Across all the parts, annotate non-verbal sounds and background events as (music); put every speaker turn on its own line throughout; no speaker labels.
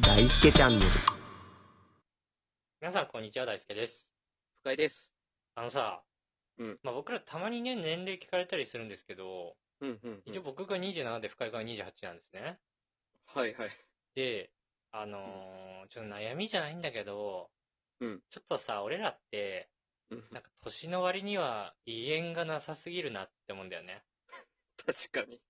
大輔チャンネル。
皆さん、こんにちは、大輔です。
深いです。
あのさ、
うん
まあ、僕らたまにね、年齢聞かれたりするんですけど、
うんうん、
一応僕が27で深井が28なんですね。
はいはい。
で、あのーちょっと悩みじゃないんだけど、
うん
ちょっとさ、俺らって、
(laughs) うん
なんか年の割には威厳がなさすぎるなって思うんだよね。
確かに。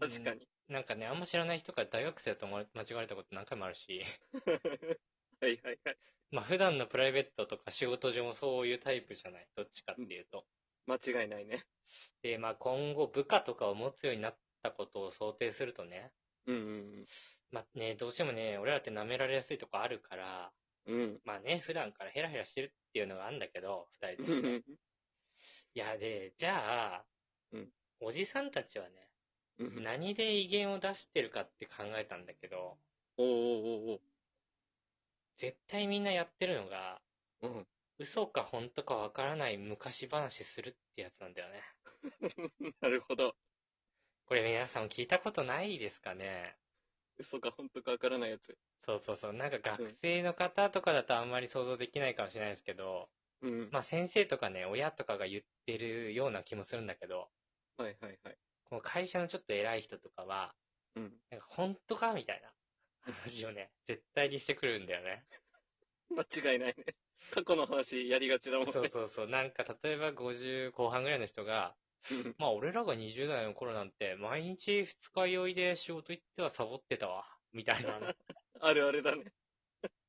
確かに。
なんかね、あんま知らない人から大学生だと思われ間違われたこと何回もあるし、 (laughs)
(laughs) はいはいはい。
まあ普段のプライベートとか仕事上もそういうタイプじゃない、どっちかっていうと。
間違いないね。
で、まあ今後部下とかを持つようになったことを想定するとね、
うんうん
まあね、どうしてもね、俺らって舐められやすいとこあるから、
うん。
まあね、普段からヘラヘラしてるっていうのがあるんだけど、二
う
人
ん
で
う
も
んう
ね、
ん
いや、で、じゃあ、
うん
おじさんたちはね、
うん。
何で威厳を出してるかって考えたんだけど、
おーおー
絶対みんなやってるのが、
おーおー
嘘か本当かわからない昔話するってやつなんだよね。
うん。 (laughs) なるほど。
これ皆さん聞いたことないですかね
嘘か本当かわからないやつ。
そうそうそう。なんか学生の方とかだとあんまり想像できないかもしれないですけど、
うん。
まあ先生とかね、親とかが言ってるような気もするんだけど、
はいはいはい。
この会社のちょっと偉い人とかは、
うん。
なんか本当かみたいな話をね、絶対にしてくるんだよね。
間違いないね。 (laughs) 過去の話やりがちだもんね。
そうそうそう。なんか例えば50後半ぐらいの人が、
うん
まあ俺らが20代の頃なんて、毎日二日酔いで仕事行ってはサボってたわ。みたいな。
あるあるだね。 (laughs)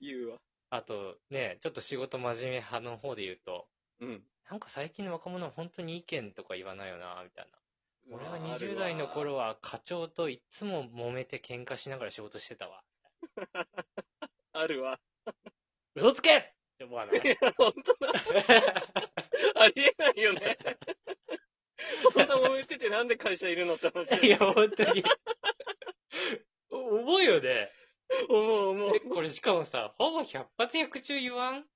言うわ。
あとね、ちょっと仕事真面目派の方で言うと、
うん。
なんか最近の若者は本当に意見とか言わないよな、みたいな。俺が
ある
20
わ
代の頃は課長といつも揉めて喧嘩しながら仕事してたわ。
あるわ。
嘘つけって思わないい。
や、 (laughs) 本当だ。 (laughs) ありえないよね。そんな揉めててなんで会社いるのって話だよ
(laughs) いや、本当 (laughs) に。思うよね。
思う思う
え。これしかもさ、ほぼ百発百中言わん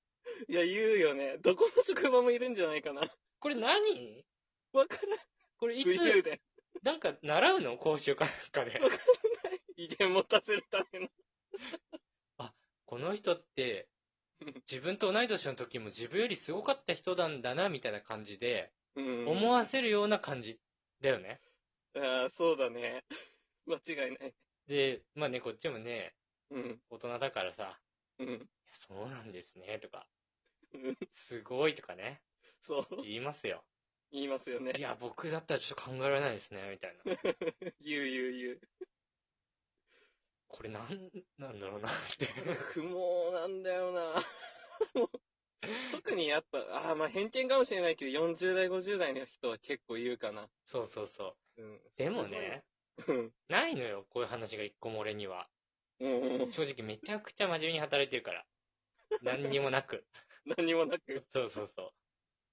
いや、言うよね。どこの職場もいるんじゃないかな。
これ何
わかんない。
これい
言う
つ、
で。
なんか習うの講習かなんかで。
威厳持たせるための。
この人って
うん、
自分と同い年の時も自分よりすごかった人なんだな、みたいな感じで、
うん
思わ
ず。
せるような感じだよね。
ああ、そうだね。間違いない。
で、まあね、こっちもね、
うん。
大人だからさ、
うん。
いやそうなんですね、とか
うん、
すごいとかね、
そう。
言いますよ。
言いますよ
い
ね。
や、僕だったらちょっと考えられないですね、みたいな。
言う言う言う。
これなん、なんだろうな、って。
不毛なんだよな。 (laughs) もう特にやっぱ、ああ、まあ偏見かもしれないけど、40代、50代の人は結構言うかな。
そうそうそう。
うん。
でもね、
すごい。うん。
ないのよ、こういう話が一個も俺には。
うんうんうん。
正直めちゃくちゃ真面目に働いてるから。何にもなく。
何もなく、
そうそうそ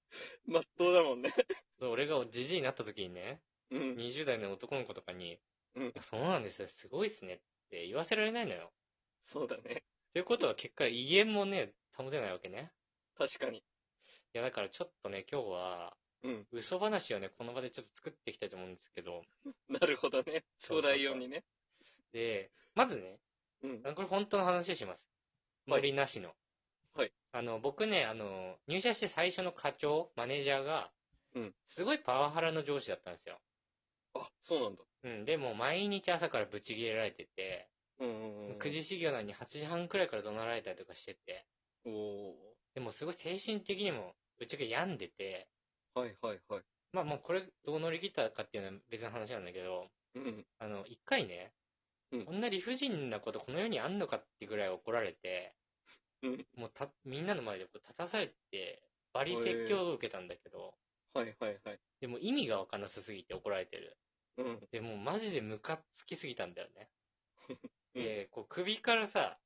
う。
まっとうだもんね。
そう俺がじじいになった時にね、
うん。
20代の男の子とかに、
うん
いやそうなんですよ、すごいっすねって言わせられないのよ。
そうだね。
ということは結果、威厳もね、保てないわけね。
確かに。
いや、だからちょっとね、今日は、
うん。
嘘話をね、この場でちょっと作っていきたいと思うんですけど、
なるほどね。
そうそうそう
そうだようにね。
で、まずね、
うん。
あこれ本当の話します。
はい
無理なしの。
はい。
あの、僕ね、あの、入社して最初の課長、マネージャーが、
うん
すごいパワハラの上司だったんですよ。
あ、そうなんだ。
うん、でも毎日朝からブチ切れられてて、
うんうんうん。
9時始業なのに8時半くらいから怒鳴られたりとかしてて、
お
でもすごい精神的にもぶっちゃけ病んでて、
ー。はいはいはい。
まあもうこれどう乗り切ったかっていうのは別の話なんだけど、
うん。
あの、一回ね、
うん
こんな理不尽なことこの世にあんのかってぐらい怒られて、
うん
もうたみんなの前でこう立たされて、バリ説教を受けたんだけど、
はいはいはい。
でも意味がわかんなさすぎて怒られてる。
うん。
でもうマジでムカつきすぎたんだよね。
(laughs) うん
で、こう首からさ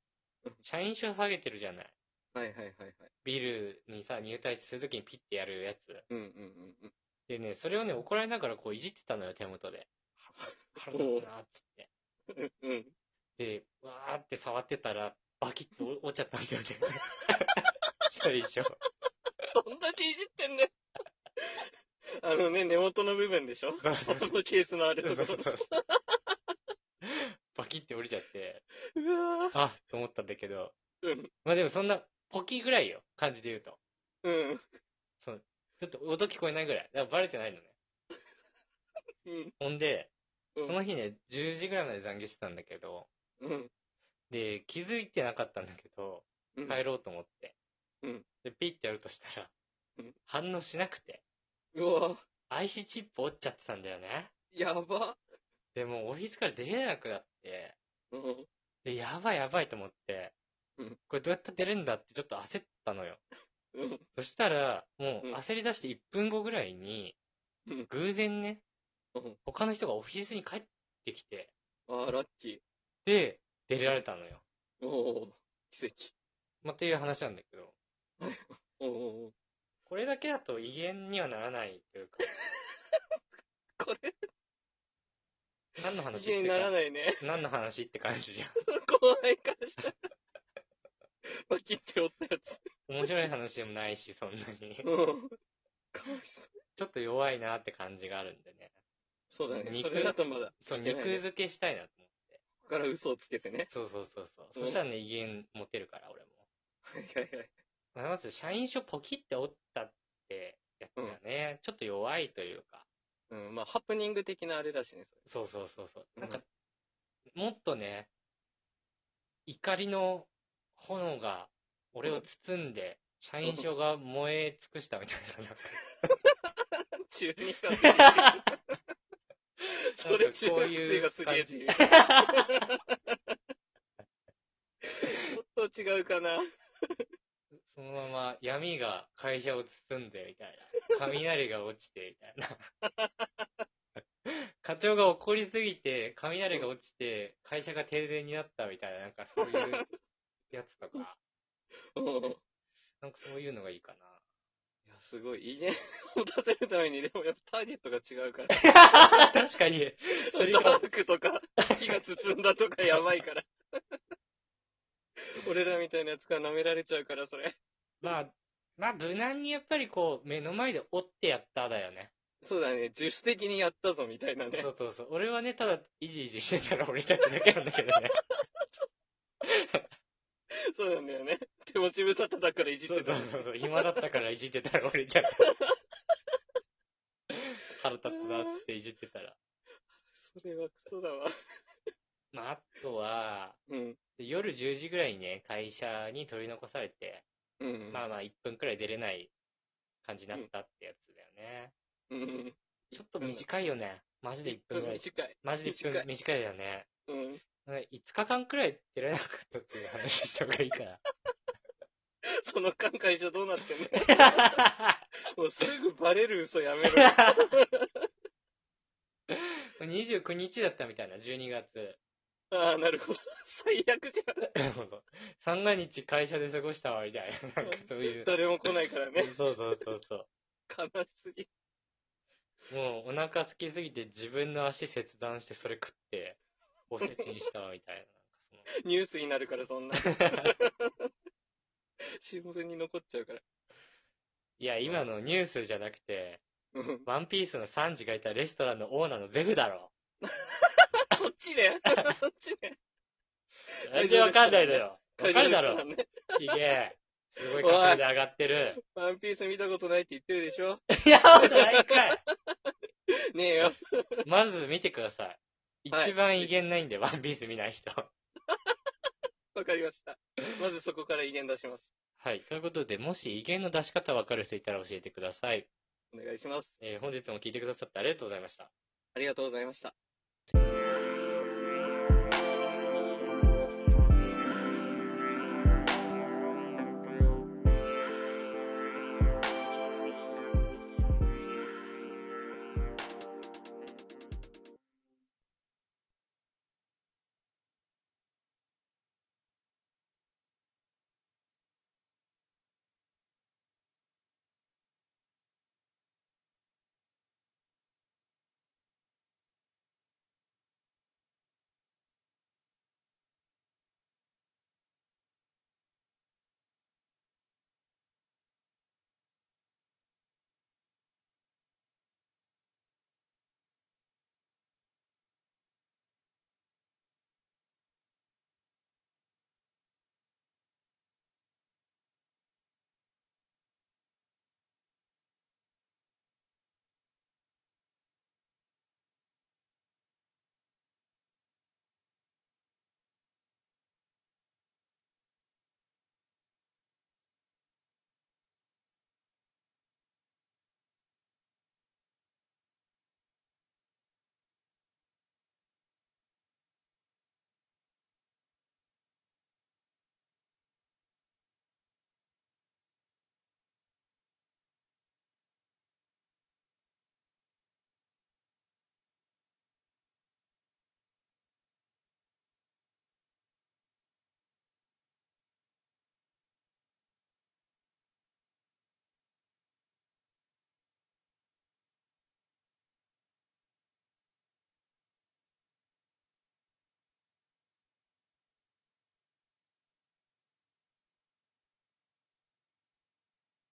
うん、
社員証下げてるじゃない。
はいはいはいはい。
ビルにさ、入隊するときにピッてやるやつ。
うんうんうんうん。
でね、それをね、怒られながらこういじってたのよ、手元で。腹立つな、つって。
うん。 (laughs)
で、わーって触ってたら、バキッと折折っちゃったんだよね。それ以上。
どんだけいじってんねん。 (laughs) あのね、根元の部分でしょ
そうそう
このケースのある
そ
と
うそう
ころ。
(laughs) そうバキッて折れちゃって、
うわ
あっと思ったんだけど、
うん。
まあでもそんな、ポキぐらいよ、感じで言うと。
うん。
ちょっと音聞こえないぐらい。だからバレてないのね。
うん。
ほんで、
うん
その日ね、10時ぐらいまで残業してたんだけど、
うん。
で、気づいてなかったんだけど、
うん。
帰ろうと思って。
うん
で、ピッてやるとしたら
うん、
反応しなくて、
うわ、
IC チップ折っちゃってたんだよね。
やば。
で、もうオフィスから出れなくなって、
うん。
で、やばいやばいと思って
うん、
これどうやって出るんだってちょっと焦ったのよ。
うん。
そしたら、もう
うん
焦り出して1分後ぐらいに
うん、
偶然ね
うん、
他の人がオフィスに帰ってきて、
ああ、ラッキ
で、出られたのよ。
ー。おお奇跡。
まあ、という話なんだけど、
おお
これだけだと威厳にはならないというか、
これ、
何の話
一円になら
い。
ないね。 (laughs)
何の話って感じじゃん。
怖い感じだ。バキって折ったやつ。
面白い話でもないし、そんなに。
うん。かわいそう。
ちょっと弱いなって感じがあるんでね。
そうだね。
肉
それだとまだ。
そう、
いけ
肉
ないね
付けしたいなと思って。
ここから嘘をつけてね。
そうそうそうそう。
うん
そしたらね、威厳持てるから、俺も。
はいはいはい。
まあまず、社員証ポキって折ったってやつがね、ちょっと弱いというか。
うん、まあ、ハプニング的なあれだしね、
そうそうそうそう。
うん
なんか、もっとね、怒りの炎が俺を包んで、社員証が燃え尽くしたみたい (laughs) な。なんか
中二
(laughs)
か。それ中
こう
学
い
生
う
がすげえ
感じ
自由。ちょっと違うかな。
そのまま闇が会社を包んでみたいな。雷が落ちてみたい (laughs) な。課長が怒りすぎて、雷が落ちて、会社が停電になったみたいな、なんかそういうやつと (laughs) か、
うん。い
なんかそういうのがいいかな。
や、すごい。威厳を出せるために、でもやっぱターゲットが違うから。
(laughs) 確かに、それ
ダ
が、
ークとか、火が包んだとかやばいから。俺らみたいなやつから舐められちゃうから、それ。
まあ、まあ無難にやっぱりこう、目の前で折ってやっただよね。
そうだね。自主的にやったぞ、みたいなね
そ。うそうそう。俺はね、ただ、イジイジしてたら俺たちだけなんだけどね。
そうなんだよね。手持ち無沙汰だからいじっ
そう
てた
そう。そうそう。暇だったからいじってたら折れちゃった。腹立つなっつっていじってたら。
それはクソだわ。
まあ、あとは、
うん。
夜10時ぐらいにね、会社に取り残されて、
うん。
まあまあ1分くらい出れない感じになったってやつだよね。
うん。
ちょっと短いよね。マジで1
そ
分
う
くらい。
短い。
マジで1
短
分
い
短いだよね。
うん。
5日間くらい出られなかったっていう話した方がいい
(laughs)
かな。
その間会社どうなってんのもうすぐバレる嘘やめろ。
(laughs) 29日だったみたいな、12月。
ああ、なるほど。最悪じゃん。
(laughs) 三が日会社で過ごしたわ、みたい (laughs) な。なんかそういう。
誰も来ないからね。
そうそうそうそ
悲しすぎ。
う。もうお腹空きすぎて自分の足切断してそれ食って、おせちにしたわ、みたいな。
ニュースになるから、そ
(laughs)
んな。新聞に残っちゃうから。
いや、今のニュースじゃなくて、
(laughs) うん。
ワンピースのサンジがいたレストランのオーナーのゼフだろ。
そっち
(laughs)
ね。そっちね。
全然わかんないだよ。わ
会場
かる
です
だ
か
ろ
ら。ね。
すげえ。すごい角度で上がってる。
ワンピース見たことないって言ってるでし
(laughs)
ょ
い (laughs) や、ほんとないかい。
ねえよ。
まず見てください。
はい
一番威厳ないんで、ワンピース見ない人。
わかりました。まずそこから威厳出します。
はい。ということで、もし威厳の出し方わかる人いたら教えてください。
お願いします。
えー本日も聞いてくださってありがとうございました。
ありがとうございました。